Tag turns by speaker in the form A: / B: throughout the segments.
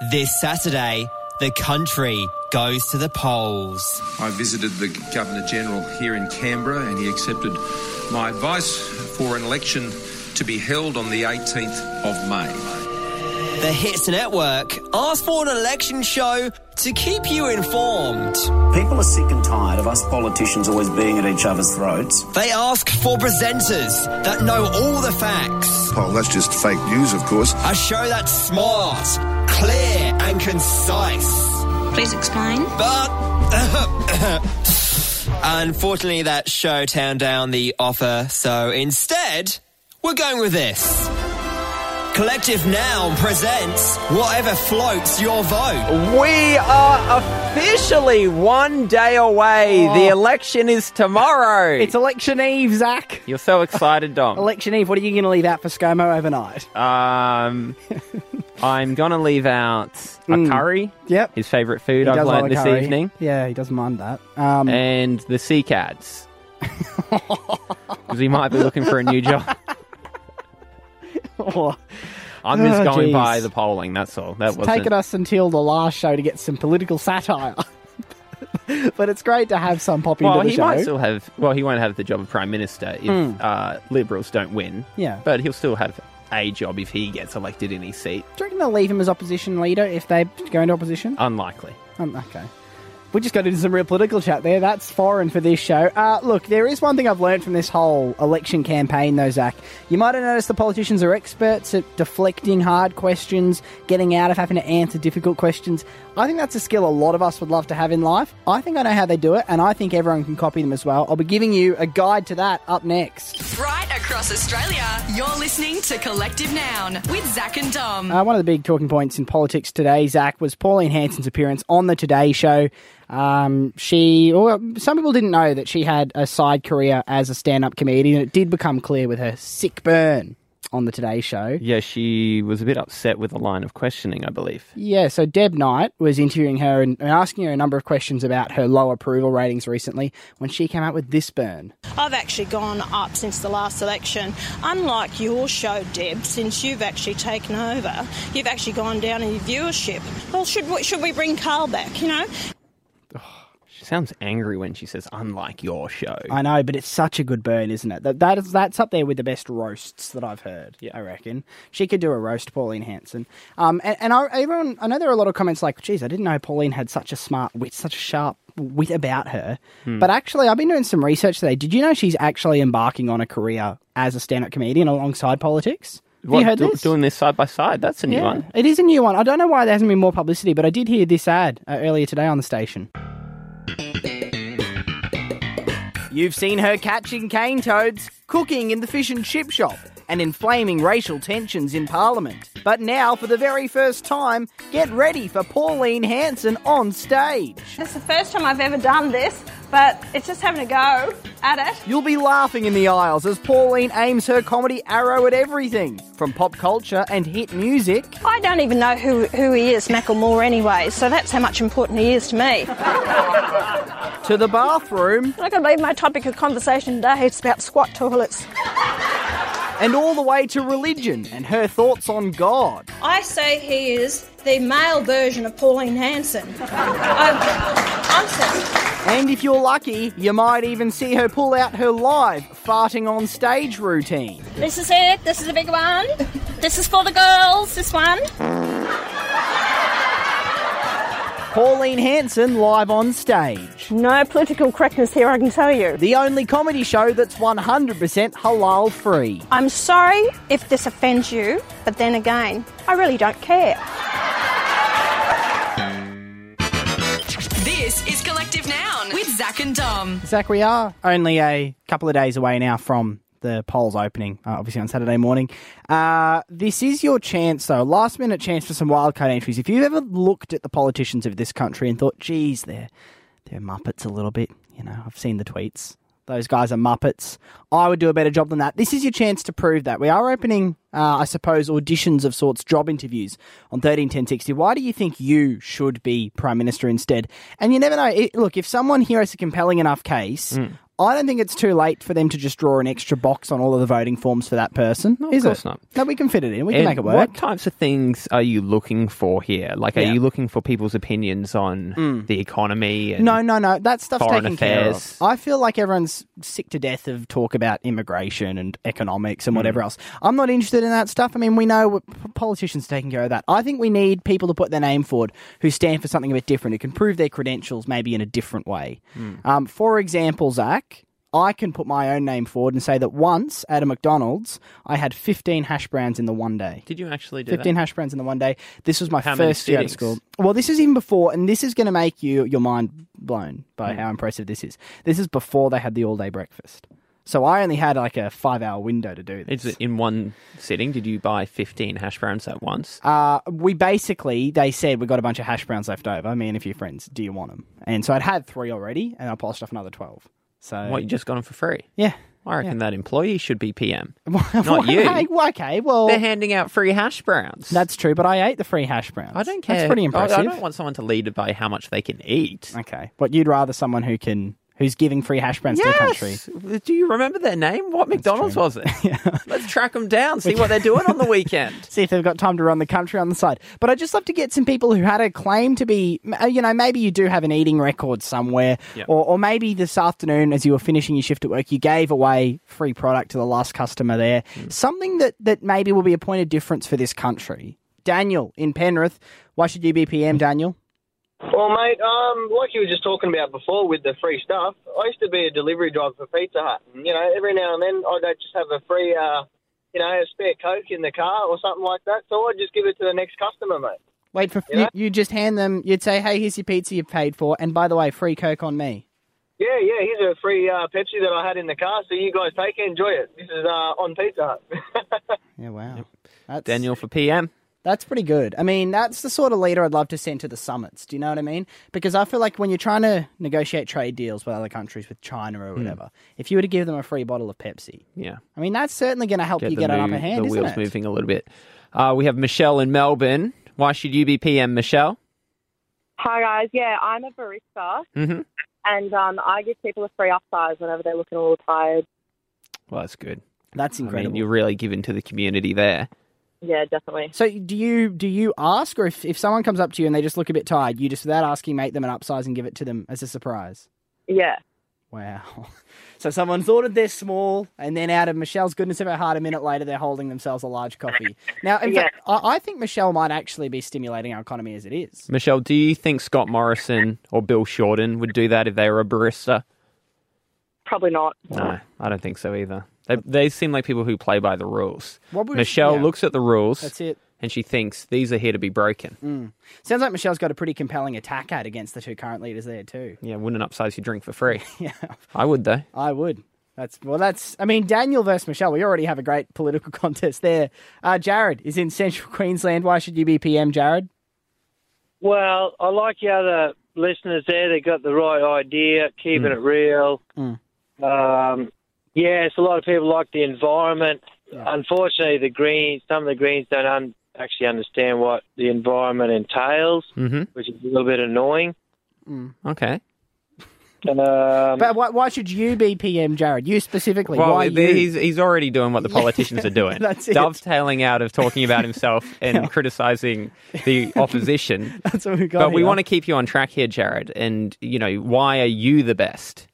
A: This Saturday, the country goes to the polls.
B: I visited the Governor General here in Canberra and he accepted my advice for an election to be held on the 18th of May.
A: The Hits Network asked for an election show to keep you informed.
C: People are sick and tired of us politicians always being at each other's throats.
A: They asked for presenters that know all the facts,
D: Oh, that's just fake news, of course.
A: a show that's smart, clear, and concise.
E: Please explain.
A: But uh, unfortunately, that show turned down the offer, so instead, we're going with this. Collective Noun presents Whatever Floats Your Vote.
F: We are officially one day away. The election is tomorrow.
G: It's election eve, Zach.
F: You're so excited, Dom.
G: Election eve. What are you going to leave out for ScoMo overnight?
F: um, I'm gonna leave out a curry,
G: Mm. Yep.
F: his favourite food. I've
G: does
F: learnt
G: like
F: this
G: curry.
F: evening,
G: Yeah, he doesn't mind that. Um,
F: and the sea cats, because he might be looking for a new job.
G: or
F: I'm just
G: Oh,
F: going
G: geez.
F: by the polling. That's all. That
G: it's
F: wasn't.
G: taken us until the last show to get some political satire. but it's great to have some pop into
F: well,
G: the
F: he
G: show.
F: might still have. Well, he won't have the job of prime minister if uh, Liberals don't win.
G: Hmm. Yeah.
F: but he'll still have a job if he gets elected in his seat.
G: Do you reckon they'll leave him as opposition leader if they go into opposition?
F: Unlikely.
G: Um, okay. We just got into some real political chat there. That's foreign for this show. Uh, look, there is one thing I've learned from this whole election campaign, though, Zach. You might have noticed the politicians are experts at deflecting hard questions, getting out of having to answer difficult questions. I think that's a skill a lot of us would love to have in life. I think I know how they do it, and I think everyone can copy them as well. I'll be giving you a guide to that up next.
H: Right across Australia, you're listening to Collective Noun with Zach and Dom.
G: Uh, one of the big talking points in politics today, Zach, was Pauline Hanson's appearance on the Today Show. Um, she, well, some people didn't know that she had a side career as a stand-up comedian. It did become clear with her sick burn on the Today Show.
F: Yeah, she was a bit upset with the line of questioning, I believe.
G: Yeah, so Deb Knight was interviewing her and, and asking her a number of questions about her low approval ratings recently when she came out with this burn.
I: I've actually gone up since the last election. Unlike your show, Deb, since you've actually taken over, you've actually gone down in your viewership. Well, should we, should we bring Carl back? You know,
F: She sounds angry when she says, unlike your show.
G: I know, but it's such a good burn, isn't it? That, that is, that's up there with the best roasts that I've heard. Yeah. I reckon she could do a roast, Pauline Hanson. Um, and, and I, everyone, I know there are a lot of comments like, "Geez, I didn't know Pauline had such a smart wit, such a sharp wit about her."
F: Hmm.
G: But actually, I've been doing some research today. Did you know she's actually embarking on a career as a stand-up comedian alongside politics? Have
F: What,
G: you heard
F: do-
G: this?
F: Doing this side by side, that's a new
G: yeah,
F: one.
G: it is a new one. I don't know why there hasn't been more publicity, but I did hear this ad uh, earlier today on the station. You've seen her catching cane toads, cooking in the fish and chip shop, and inflaming racial tensions in Parliament. But now, for the very first time, get ready for Pauline Hanson on stage.
I: it's the first time I've ever done this, but it's just having a go at it.
G: You'll be laughing in the aisles as Pauline aims her comedy arrow at everything, from pop culture and hit music
I: I don't even know who, who he is, Macklemore, anyway, so that's how much important he is to me. I'm
G: to the bathroom.
I: not going to leave my topic of conversation today. It's about squat toilets.
G: and all the way to religion and her thoughts on God.
I: I say he is the male version of Pauline Hanson. I'm sorry.
G: And if you're lucky, you might even see her pull out her live farting on stage routine.
I: This is it. This is a big one. This is for the girls. This one.
G: Pauline Hanson live on stage.
I: No political correctness here, I can tell you.
G: The only comedy show that's 100% halal free.
I: I'm sorry if this offends you, but then again, I really don't care.
H: This is Collective Noun with Zach and Dom.
G: Zach, we are only a couple of days away now from the polls opening, uh, obviously on Saturday morning. Uh, this is your chance, though, last minute chance for some wildcard entries. If you've ever looked at the politicians of this country and thought, geez, they're, they're Muppets a little bit, you know, I've seen the tweets. Those guys are Muppets. I would do a better job than that. This is your chance to prove that. We are opening, uh, I suppose, auditions of sorts, job interviews on 131060. Why do you think you
F: Hmm.
G: should be Prime Minister instead? And you never know. It, look, if someone here has a compelling enough case, I don't think it's too late for them to just draw an extra box on all of the voting forms for that person.
F: No, of
G: is
F: course
G: it?
F: not.
G: No, we can fit it in. We can
F: And
G: make it work.
F: What types of things are you looking for here? Like, are
G: Yeah. Hmm.
F: you looking for people's opinions on the economy? And
G: No, no, no. That stuff's
F: foreign
G: taken
F: affairs.
G: care of. I feel like everyone's sick to death of talk about immigration and economics and whatever
F: Hmm.
G: else. I'm not interested in that stuff. I mean, we know what p- politicians are taking care of that. I think we need people to put their name forward who stand for something a bit different, who can prove their credentials maybe in a different way.
F: Hmm.
G: Um, for example, Zach. I can put my own name forward and say that once at a McDonald's, I had 15 hash browns in the one day.
F: Did you actually do
G: 15
F: that?
G: hash browns in the one day. This was my
F: How many
G: first year out of
F: sittings?
G: school. Well, this is even before, and this is going to make you your mind blown by
F: Hmm.
G: how impressive this is. This is before they had the all day breakfast. So I only had like a five hour window to do this.
F: Is it in one sitting? Did you buy 15 hash browns at once?
G: Uh, we basically, they said we got a bunch of hash browns left over, me and a few friends. Do you want them? And so I'd had three already, and I polished off another 12. So,
F: what, you just got them for free?
G: yeah.
F: I reckon that employee should be PM.
G: Well,
F: Not you.
G: hey, well, okay, well,
F: They're handing out free hash browns.
G: that's true, but I ate the free hash browns.
F: I don't care.
G: That's pretty
F: I-
G: impressive.
F: I, don't want someone to lead by how much they can eat.
G: Okay. But you'd rather someone who can who's giving free hash browns to the country.
F: Yes. Do you remember their name? What McDonald's was it? Let's track them down, see what they're doing on the weekend.
G: See if they've got time to run the country on the side. But I'd just love to get some people who had a claim to be, m- uh, you know, maybe you do have an eating record somewhere, or, or maybe this afternoon as you were finishing your shift at work, you gave away free product to the last customer there. Something that, that maybe will be a point of difference for this country. Daniel in Penrith, why should you be PM, Daniel?
I: Well, mate, um, like you were just talking about before with the free stuff, I used to be a delivery driver for Pizza Hut. And, you know, every now and then I'd uh, just have a free, uh, you know, a spare Coke in the car or something like that. So I'd just give it to the next customer, mate.
G: Wait for
I: Yeah.
G: you, you. Just hand them. You'd say, "Hey, here's your pizza you paid for, and by the way, free coke on me."
I: Yeah, yeah, here's a free uh, Pepsi that I had in the car. So you guys take it, enjoy it. This is uh, on Pizza Hut.
G: Yeah, wow. That's,
F: Daniel for PM.
G: That's pretty good. I mean, that's the sort of leader I'd love to send to the summits. Do you know what I mean? Because I feel like when you're trying to negotiate trade deals with other countries, with China
F: Hmm.
G: or whatever, if you were to give them a free bottle of Pepsi,
F: Yeah.
G: I mean, that's certainly going to help you
F: the
G: get an
F: move-
G: upper hand,
F: the
G: isn't
F: wheels
G: it?
F: moving a little bit. Uh, we have Michelle in Melbourne. Why should you be PM, Michelle?
J: Hi guys, yeah, I'm a barista,
I: Mm-hmm.
F: Mhm.
J: and um, I give people a free upsize whenever they're looking a little tired.
F: Well, that's good.
G: That's
F: I
G: incredible.
F: mean, you're really giving to the community there.
J: Yeah, definitely.
G: so do you do you ask, or if, if someone comes up to you and they just look a bit tired, you just without asking make them an upsize and give it to them as a surprise?
J: Yeah,
G: Wow. So someone's ordered their small, and then out of Michelle's goodness of her heart, a minute later they're holding themselves a large coffee. Now, in
J: Yeah.
G: fact, I, I think Michelle might actually be stimulating our economy as it is.
F: Michelle, do you think Scott Morrison or Bill Shorten would do that if they were a barista?
J: probably not.
F: No, I don't think so either. They, they seem like people who play by the rules.
G: What would-
F: Michelle
G: yeah.
F: looks at the rules.
G: That's it. Mm.
F: And she thinks these are here to be broken.
G: Sounds like Michelle's got a pretty compelling attack ad against the two current leaders there too.
F: Yeah, wouldn't upsize your drink for free. yeah. I would, though.
G: I would. That's well. That's. I mean, Daniel versus Michelle. We already have a great political contest there. Uh, Jared is in Central Queensland. Why should you be PM, Jared?
I: Well, I like your other listeners there. They got the right idea, keeping it real. Um, yes, a lot of people like the environment. Unfortunately, the Greens, some of the Greens don't un- actually understand what the environment entails,
F: Mhm.
I: which is a little bit annoying.
F: Okay.
I: And, um,
G: But why, why should you be PM, Jared? You specifically.
F: Well,
G: why
F: th-
G: you?
F: he's, he's already doing what the politicians are doing.
G: that's it.
F: Dovetailing out of talking about himself and criticising the opposition.
G: That's what we got.
F: but we
G: here.
F: want to keep you on track here, Jared. And, you know, why are you the best?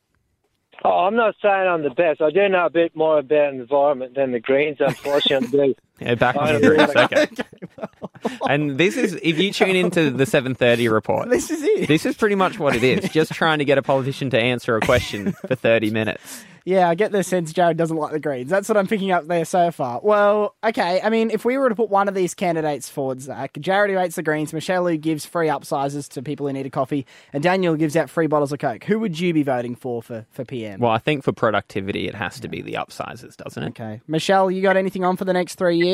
I: oh, I'm not saying I'm the best. I do know a bit more about environment than the Greens, unfortunately.
F: Yeah, back on
I: I
F: the
I: don't
F: groups,
I: know.
F: okay. and this is if you tune into the 7:30 report.
G: This is it.
F: This is pretty much what it is. Just trying to get a politician to answer a question for 30 minutes.
G: Yeah, I get the sense Jared doesn't like the Greens. That's what I'm picking up there so far. Well, okay. I mean, if we were to put one of these candidates forward, Zach, Jared who hates the Greens, Michelle who gives free upsizes to people who need a coffee, and Daniel who gives out free bottles of Coke, who would you be voting for for, for PM?
F: Well, I think for productivity it has to be the upsizes, doesn't it?
G: Okay. Michelle, you got anything on for the next three years?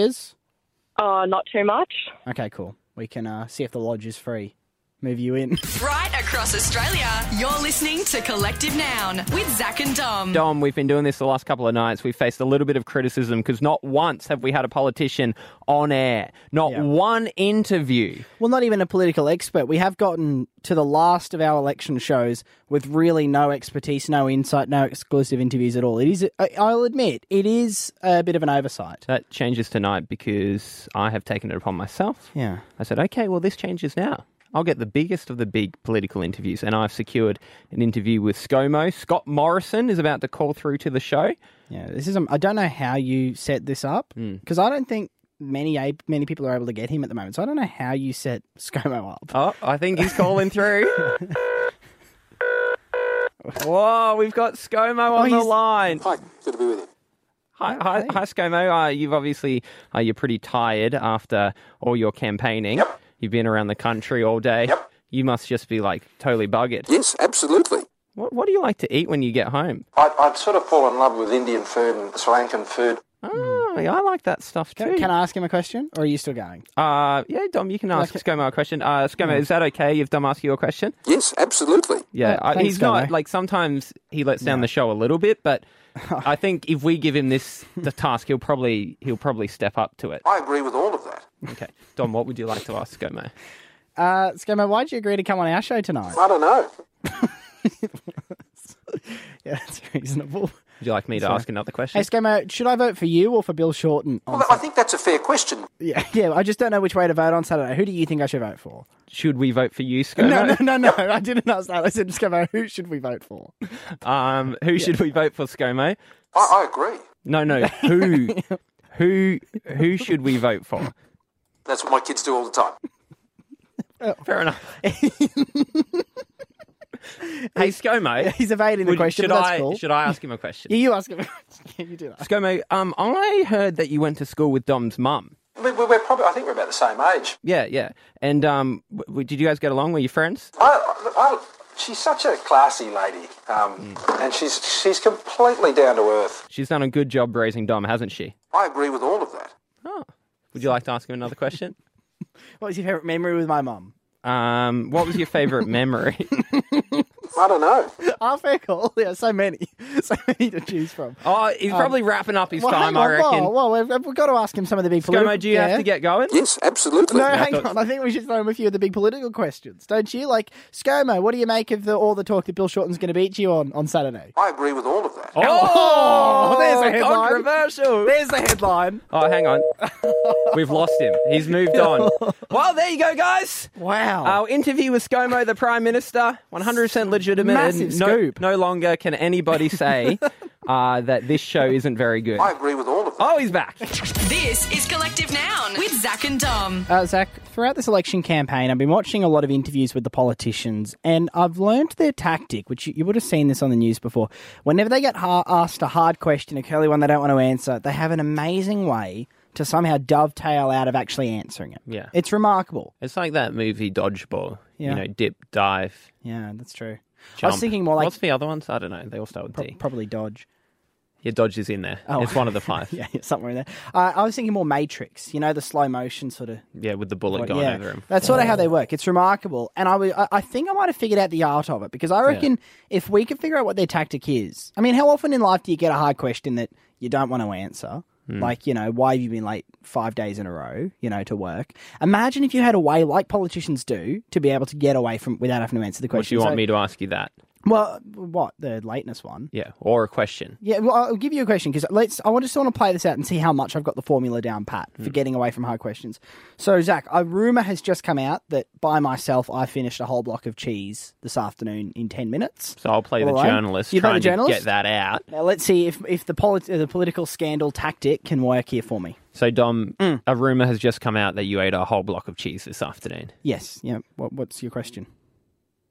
J: Uh, not too much.
G: Okay, cool. We can uh, see if the lodge is free. move you in.
H: Right across Australia, you're listening to Collective Noun with Zach and Dom.
F: Dom, we've been doing this the last couple of nights. We've faced a little bit of criticism because not once have we had a politician on air, not
G: Yeah.
F: one interview.
G: Well, not even a political expert. We have gotten to the last of our election shows with really no expertise, no insight, no exclusive interviews at all. It is, I- I'll admit, it is a bit of an oversight.
F: That changes tonight because I have taken it upon myself.
G: Yeah.
F: I said, okay, well, this changes now. I'll get the biggest of the big political interviews. And I've secured an interview with ScoMo. Scott Morrison is about to call through to the show.
G: Yeah, this is. um, I don't know how you set this up
F: Hmm.
G: because I don't think many a- many people are able to get him at the moment. So I don't know how you set ScoMo up.
F: Oh, I think he's calling through. Whoa, we've got ScoMo on the
G: Oh, he's-
F: line.
K: Hi, good to be with you.
F: Hi, hi, hi ScoMo. Uh, you've obviously uh, you're pretty tired after all your campaigning. You've been around the country all day. You must just be like totally buggered.
K: Yes, absolutely.
F: What, what do you like to eat when you get home?
K: I'd, I'd sort of fall in love with Indian food and Sri Lankan food.
F: Oh, I like that stuff too.
G: Can, can I ask him a question, or are you still going?
F: Uh, yeah, Dom, you can ask ScoMo a question. Uh, ScoMo, is that okay if Dom asks you a question?
K: Yes, absolutely.
F: Yeah, I,
G: Uh, thanks,
F: he's not
G: Gomo.
F: like sometimes he lets down the show a little bit, but I think if we give him this the task, he'll probably he'll probably step up to it.
K: I agree with all of that.
F: Okay, Dom, what would you like to ask ScoMo?
G: Uh, ScoMo, why'd you agree to come on our show tonight?
K: I don't know.
G: Yeah, that's reasonable.
F: Would you like me to ask another question?
G: Hey, ScoMo, should I vote for you or for Bill Shorten? On
K: Well, I think that's a fair question.
G: yeah, yeah. I just don't know which way to vote on Saturday. Who do you think I should vote for?
F: Should we vote for you, ScoMo?
G: No, no, no, no. I didn't ask that. I said, ScoMo, who should we vote for?
F: Um, who should we vote for, ScoMo?
K: I, I agree.
F: No, no. Who, who, who should we vote for?
K: That's what my kids do all the time.
F: Fair enough. hey, ScoMo.
G: He's evading the
F: would-
G: question.
F: Should
G: but that's
F: I
G: cool.
F: should I ask him a question?
G: Yeah, you ask him. yeah, you do that.
F: ScoMo, um, I heard that you went to school with Dom's mum.
K: I mean, we're, we're probably, I think we're about the same age.
F: Yeah, yeah. And um, w- w- did you guys get along? Were you friends?
K: I, I, she's such a classy lady, um,
B: Mm.
K: and she's she's completely down to earth.
F: She's done a good job raising Dom, hasn't she?
K: I agree with all of that.
F: Oh. Would you like to ask him another question?
G: What was your favourite memory with my mum?
F: Um, what was your favourite memory?
K: I don't know.
G: Oh, fair call. Yeah, so many. So many to choose from.
F: Oh, he's probably wrapping up his
G: Well,
F: time,
G: hang on,
F: I reckon.
G: Well, well, we've, we've got to ask him some of the big political...
F: ScoMo, do you
G: yeah.
F: have to get going?
K: Yes, absolutely.
G: No, hang
F: thought-
G: on. I think we should throw him a few of the big political questions, don't you? Like, ScoMo, what do you make of the, all the talk that Bill Shorten's going to beat you on on Saturday?
K: I agree with all of that.
F: Oh,
G: there's a headline.
F: Controversial.
G: There's the headline.
F: Oh, hang on. We've lost him. He's moved on. Well, there you go, guys.
G: Wow.
F: Our interview with ScoMo, the Prime Minister, 100% legitimate.
G: Massive
F: and no,
G: scoop.
F: no longer can anybody say uh, that this show isn't very good.
K: I agree with all of that.
F: Oh, he's back.
H: This is Collective Noun with Zach and Dom.
G: Uh, Zach, throughout this election campaign, I've been watching a lot of interviews with the politicians, and I've learned their tactic, which you, you would have seen this on the news before. Whenever they get ha- asked a hard question, a curly one they don't want to answer, they have an amazing way to somehow dovetail out of actually answering it.
F: Yeah.
G: It's remarkable.
F: It's like that movie Dodgeball.
G: Yeah.
F: You know, dip, dive,
G: Yeah, that's true. I
F: jump.
G: was thinking more like
F: What's the other ones? I don't know. They all start with
G: pro-
F: D.
G: probably dodge.
F: Yeah, Dodge is in there.
G: Oh.
F: It's one of the five.
G: Yeah, yeah, somewhere in there. Uh, I was thinking more Matrix, you know, the slow motion sort of
F: Yeah, with the bullet
G: But
F: going
G: yeah,
F: over him.
G: That's sort of how they work. It's remarkable, and I, was- I- I think I might have figured out the art of it because I reckon if we could figure out what their tactic is, I mean, how often in life do you get a hard question that you don't want to answer?
F: Hmm.
G: Like, you know, why have you been late five days in a row, you know, to work? Imagine if you had a way, like politicians do, to be able to get away from without having to answer the
F: Or do
G: question.
F: you want
G: So-
F: me to ask you that?
G: Well, what? The lateness one?
F: Yeah, or a question.
G: Yeah, well, I'll give you a question because let's. I just want to play this out and see how much I've got the formula down pat for getting away from hard questions. So, Zach, a rumor has just come out that by myself I finished a whole block of cheese this afternoon in ten minutes.
F: So I'll play the
G: All right.
F: journalist,
G: You play the
F: trying
G: journalist?
F: to get that out.
G: Now let's see if if the polit- uh, the political scandal tactic can work here for me.
F: So, Dom,
G: Mm.
F: a rumor has just come out that you ate a whole block of cheese this afternoon.
G: Yes. Yeah. What, what's your question?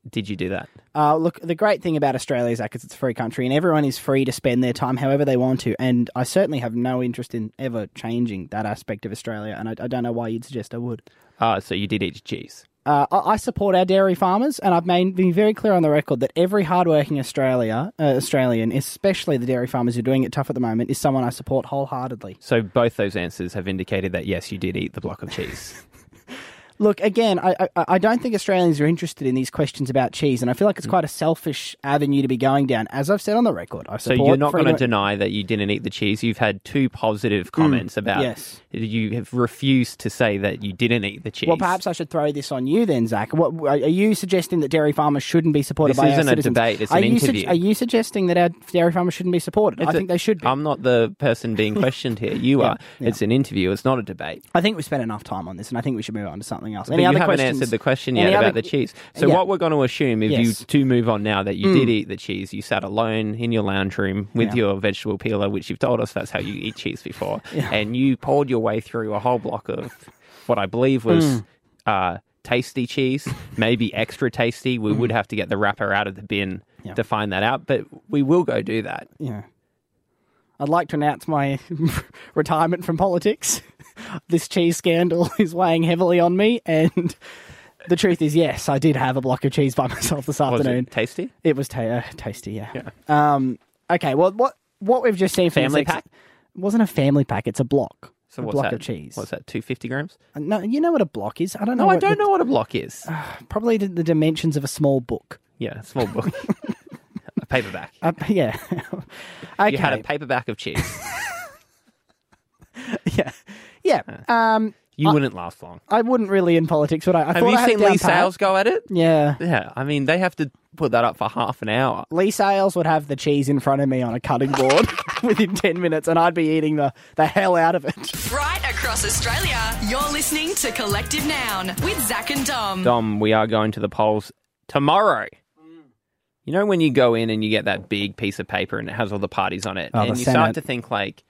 F: Did you do that?
G: Uh, look, the great thing about Australia, Zach, is it's a free country and everyone is free to spend their time however they want to. And I certainly have no interest in ever changing that aspect of Australia. And I, I don't know why you'd suggest I would.
F: Ah, so you did eat cheese.
G: Uh, I I support our dairy farmers, and I've made, been very clear on the record that every hardworking Australia, uh, Australian, especially the dairy farmers who are doing it tough at the moment, is someone I support wholeheartedly.
F: So both those answers have indicated that yes, you did eat the block of cheese.
G: Look, again, I, I, I don't think Australians are interested in these questions about cheese, and I feel like
F: Mm.
G: it's quite a selfish avenue to be going down. As I've said on the record, I
F: So
G: support.
F: you're not going to
G: freedom-
F: deny that you didn't eat the cheese. You've had two positive comments about
G: Mm, yes.
F: you have refused to say that you didn't eat the cheese.
G: Well, perhaps I should throw this on you then, Zach. What, are you suggesting that dairy farmers shouldn't be supported
F: This
G: by our
F: isn't a
G: citizens?
F: debate, it's
G: are
F: an
G: you sug-
F: interview.
G: are you suggesting that our dairy farmers shouldn't be supported? I
F: It's a-
G: think they should be.
F: I'm not the person being questioned here. You
G: Yeah,
F: are. It's an interview. It's not a debate.
G: I think we spent enough time on this, and I think we should move on to something else.
F: But
G: Any
F: you
G: other
F: haven't
G: questions?
F: answered the question
G: Any
F: yet
G: other-
F: about the cheese. So
G: Yeah.
F: what we're going to assume if
G: Yes.
F: you do move on now that you did
G: Mm.
F: eat the cheese, you sat alone in your lounge room with
G: Yeah.
F: your vegetable peeler, which you've told us that's how you eat cheese before, and you poured your way through a whole block of what I believe was.
G: Mm.
F: Uh, Tasty cheese, maybe extra tasty. We would have to get the wrapper out of the bin
G: Mm. Yeah.
F: to find that out, but we will go do that.
G: Yeah. I'd like to announce my retirement from politics. this cheese scandal is weighing heavily on me, and the truth is, yes, I did have a block of cheese by myself this
F: Was
G: afternoon.
F: it tasty?
G: It was ta- uh, tasty, yeah. Um, okay, well, what what we've just seen from
F: Family
G: the sex-
F: pack?
G: wasn't a family pack. It's a block.
F: So
G: a
F: what's
G: block
F: that?
G: of cheese.
F: What's that? Two fifty grams?
G: Uh, No, you know what a block is. I don't know.
F: No, I
G: what
F: don't
G: the-
F: know what a block is.
G: Ah. Probably the, the dimensions of a small book.
F: Yeah, a small book, a paperback.
G: Uh, yeah. okay.
F: You had a paperback of cheese.
G: yeah. Um,
F: You
G: I-
F: wouldn't last long.
G: I wouldn't really in politics, would I? I
F: Have
G: thought
F: you
G: I had
F: seen
G: it down
F: Lee
G: pat.
F: Sales go at it?
G: Yeah.
F: Yeah, I mean they have to put that up for half an hour.
G: Lee Sales would have the cheese in front of me on a cutting board within 10 minutes, and I'd be eating the, the hell out of it.
H: Right across Australia, you're listening to Collective Noun with Zach and Dom.
F: Dom, we are going to the polls tomorrow.
G: Mm.
F: You know when you go in and you get that big piece of paper and it has all the parties on it,
G: Oh, the
F: and you start
G: Senate.
F: to think like,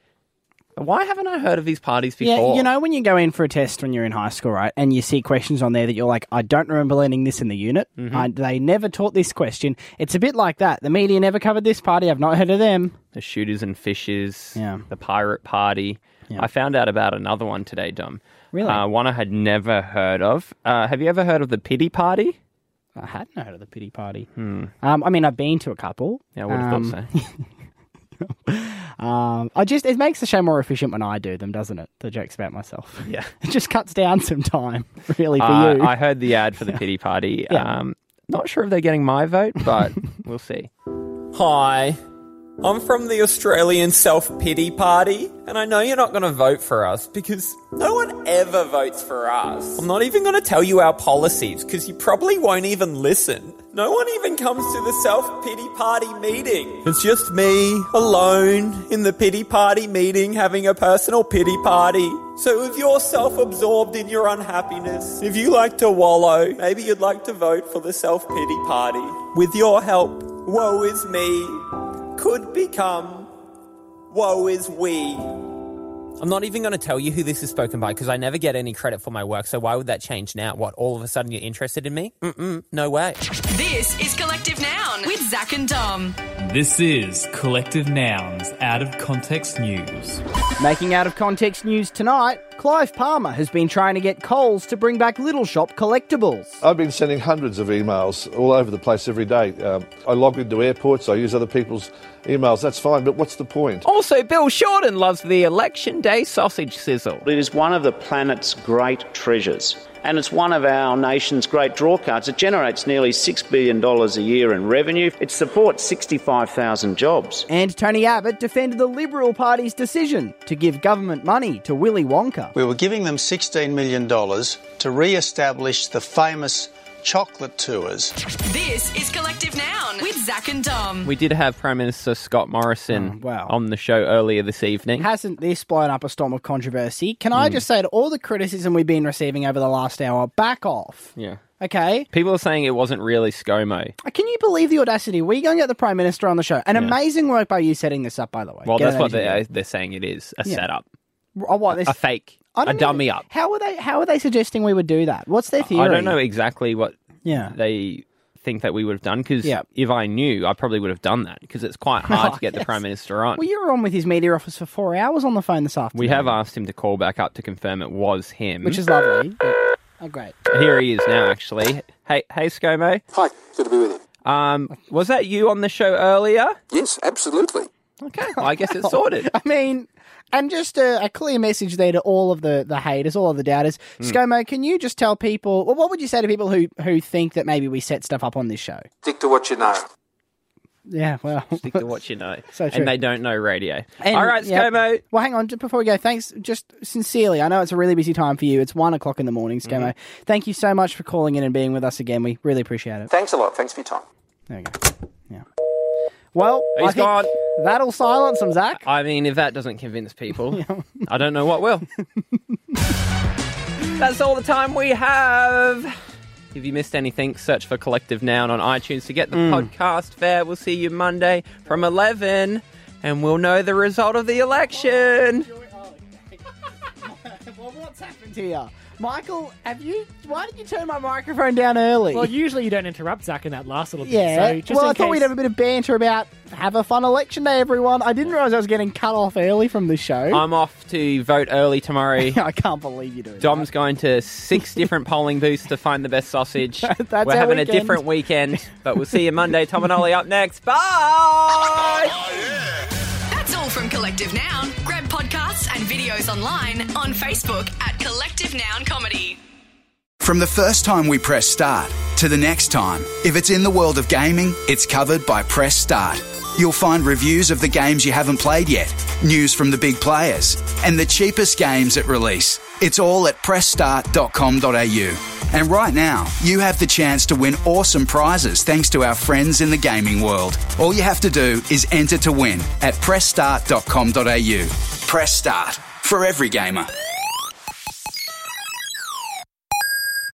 F: why haven't I heard of these parties before?
G: Yeah, you know, when you go in for a test when you're in high school, right, and you see questions on there that you're like, I don't remember learning this in the unit.
F: Mm-hmm.
G: I, they never taught this question. It's a bit like that. The media never covered this party. I've not heard of them.
F: the shooters and fishes, the pirate party. I found out about another one today, Dom.
G: Really?
F: Uh, one I had never heard of. Uh, have you ever heard of the pity party?
G: I hadn't heard of the pity party. Hmm. Um, I mean, I've been to a couple.
F: Yeah, I would have
G: Um,
F: thought so.
G: Um, I just it makes the show more efficient when I do them, doesn't it? The jokes about myself.
F: Yeah.
G: it just cuts down some time, really, for
F: Uh,
G: you.
F: I heard the ad for the pity party.
G: Yeah.
F: Um, not sure if they're getting my vote, but we'll see.
L: Hi, I'm from the Australian Self Pity Party, and I know you're not going to vote for us because no one ever votes for us. I'm not even going to tell you our policies because you probably won't even listen. No one even comes to the Self Pity Party meeting. It's just me alone in the pity party meeting having a personal pity party. So if you're self absorbed in your unhappiness, if you like to wallow, maybe you'd like to vote for the Self Pity Party. With your help, woe is me could become woe is we.
M: I'm not even going to tell you who this is spoken by because I never get any credit for my work. So why would that change now? What, all of a sudden you're interested in me? Mm-mm, no way.
H: This is Collective Noun with Zach and Dom.
N: This is Collective Nouns Out of Context News.
G: Making out of context news tonight, Clive Palmer has been trying to get Coles to bring back Little Shop collectibles.
O: I've been sending hundreds of emails all over the place every day. Um, I log into airports, I use other people's emails, that's fine, but what's the point?
F: Also, Bill Shorten Oh, loves the election day sausage sizzle.
P: It is one of the planet's great treasures, and it's one of our nation's great drawcards. It generates nearly $6 billion a year in revenue. It supports 65,000 jobs.
G: And Tony Abbott defended the Liberal Party's decision to give government money to Willy Wonka.
Q: We were giving them $16 million to re establish the famous chocolate tours.
H: This is Collective Noun with Zach and Dom.
F: We did have Prime Minister Scott Morrison
G: Oh, wow.
F: on the show earlier this evening.
G: Hasn't this blown up a storm of controversy? Can
F: Hmm.
G: I just say to all the criticism we've been receiving over the last hour, back off.
F: Yeah.
G: Okay?
F: People are saying it wasn't really ScoMo.
G: Can you believe the audacity? We're going to get the Prime Minister on the show. An
F: Yeah.
G: amazing work by you setting this up, by the way.
F: Well,
G: Get
F: that's
G: that
F: what
G: into
F: they're, they're saying it is a
G: Yeah.
F: setup,
G: your- Oh, what, this-
F: a fake,
G: I
F: a
G: don't
F: dummy up.
G: How are they? How are they suggesting we would do that? What's their theory?
F: I don't know exactly what
G: Yeah.
F: they think that we would have done because
G: Yeah. Oh,
F: if I knew, I probably would have done that because it's quite hard to get the Prime Minister on.
G: Well, you were on with his media office for four hours on the phone this afternoon,
F: We have asked him to call back up to confirm it was him.
G: which is lovely. but- Oh, great.
F: Here he is now, actually. Hey, hey, ScoMo.
R: Hi, good to be with
F: you. Um, was that you on the show earlier?
R: Yes, absolutely.
E: Okay, well, I guess it's sorted.
G: I mean, and just a, a clear message there to all of the, the haters, all of the doubters.
F: Hmm.
K: Mm.
G: ScoMo, can you just tell people, well, what would you say to people who, who think that maybe we set stuff up on this show?
K: Stick to what you know.
G: Yeah, well.
F: Stick to what you know.
G: So true.
F: And they don't know radio.
G: And-
F: All right,
G: yeah.
F: ScoMo.
G: Well, hang on, just before we go, thanks, just sincerely. I know it's a really busy time for you. It's one o'clock in the morning, ScoMo.
F: Mm-hmm.
G: Thank you so much for calling in and being with us again. We really appreciate it.
K: Thanks a lot. Thanks for your time.
G: There we go. Well, I
F: He's
G: think
F: gone.
G: That'll silence him, Zach.
F: I mean, if that doesn't convince people, I don't know what will. That's all the time we have. If you missed anything, search for Collective Noun on iTunes to get the
E: Mm.
F: podcast fair. We'll see you Monday from 11, and we'll know the result of the election.
G: well, what's happened here? Michael, have you? Why did you turn my microphone down early?
R: Well, usually you don't interrupt Zach in that last little bit.
G: yeah.
R: So just
G: well,
R: in
G: I thought we'd
R: case-
G: have a bit of banter about have a fun election day, everyone. I didn't realize I was getting cut off early from the show.
F: I'm off to vote early tomorrow.
G: I can't believe you do.
F: Dom's going to six different polling booths to find the best sausage.
G: our
F: We're having a
G: weekend.
F: different weekend, but we'll see you Monday. Tom and Ollie up next. Bye!
H: That's all from Collective Noun. Grab podcasts and videos online on Facebook at Collective Noun Comedy.
S: From the first time we press start to the next time, if it's in the world of gaming, it's covered by Press Start. You'll find reviews of the games you haven't played yet, news from the big players, and the cheapest games at release. It's all at pressstart.com.au. And right now, you have the chance to win awesome prizes thanks to our friends in the gaming world. All you have to do is enter to win at pressstart.com.au. Press Start for every gamer.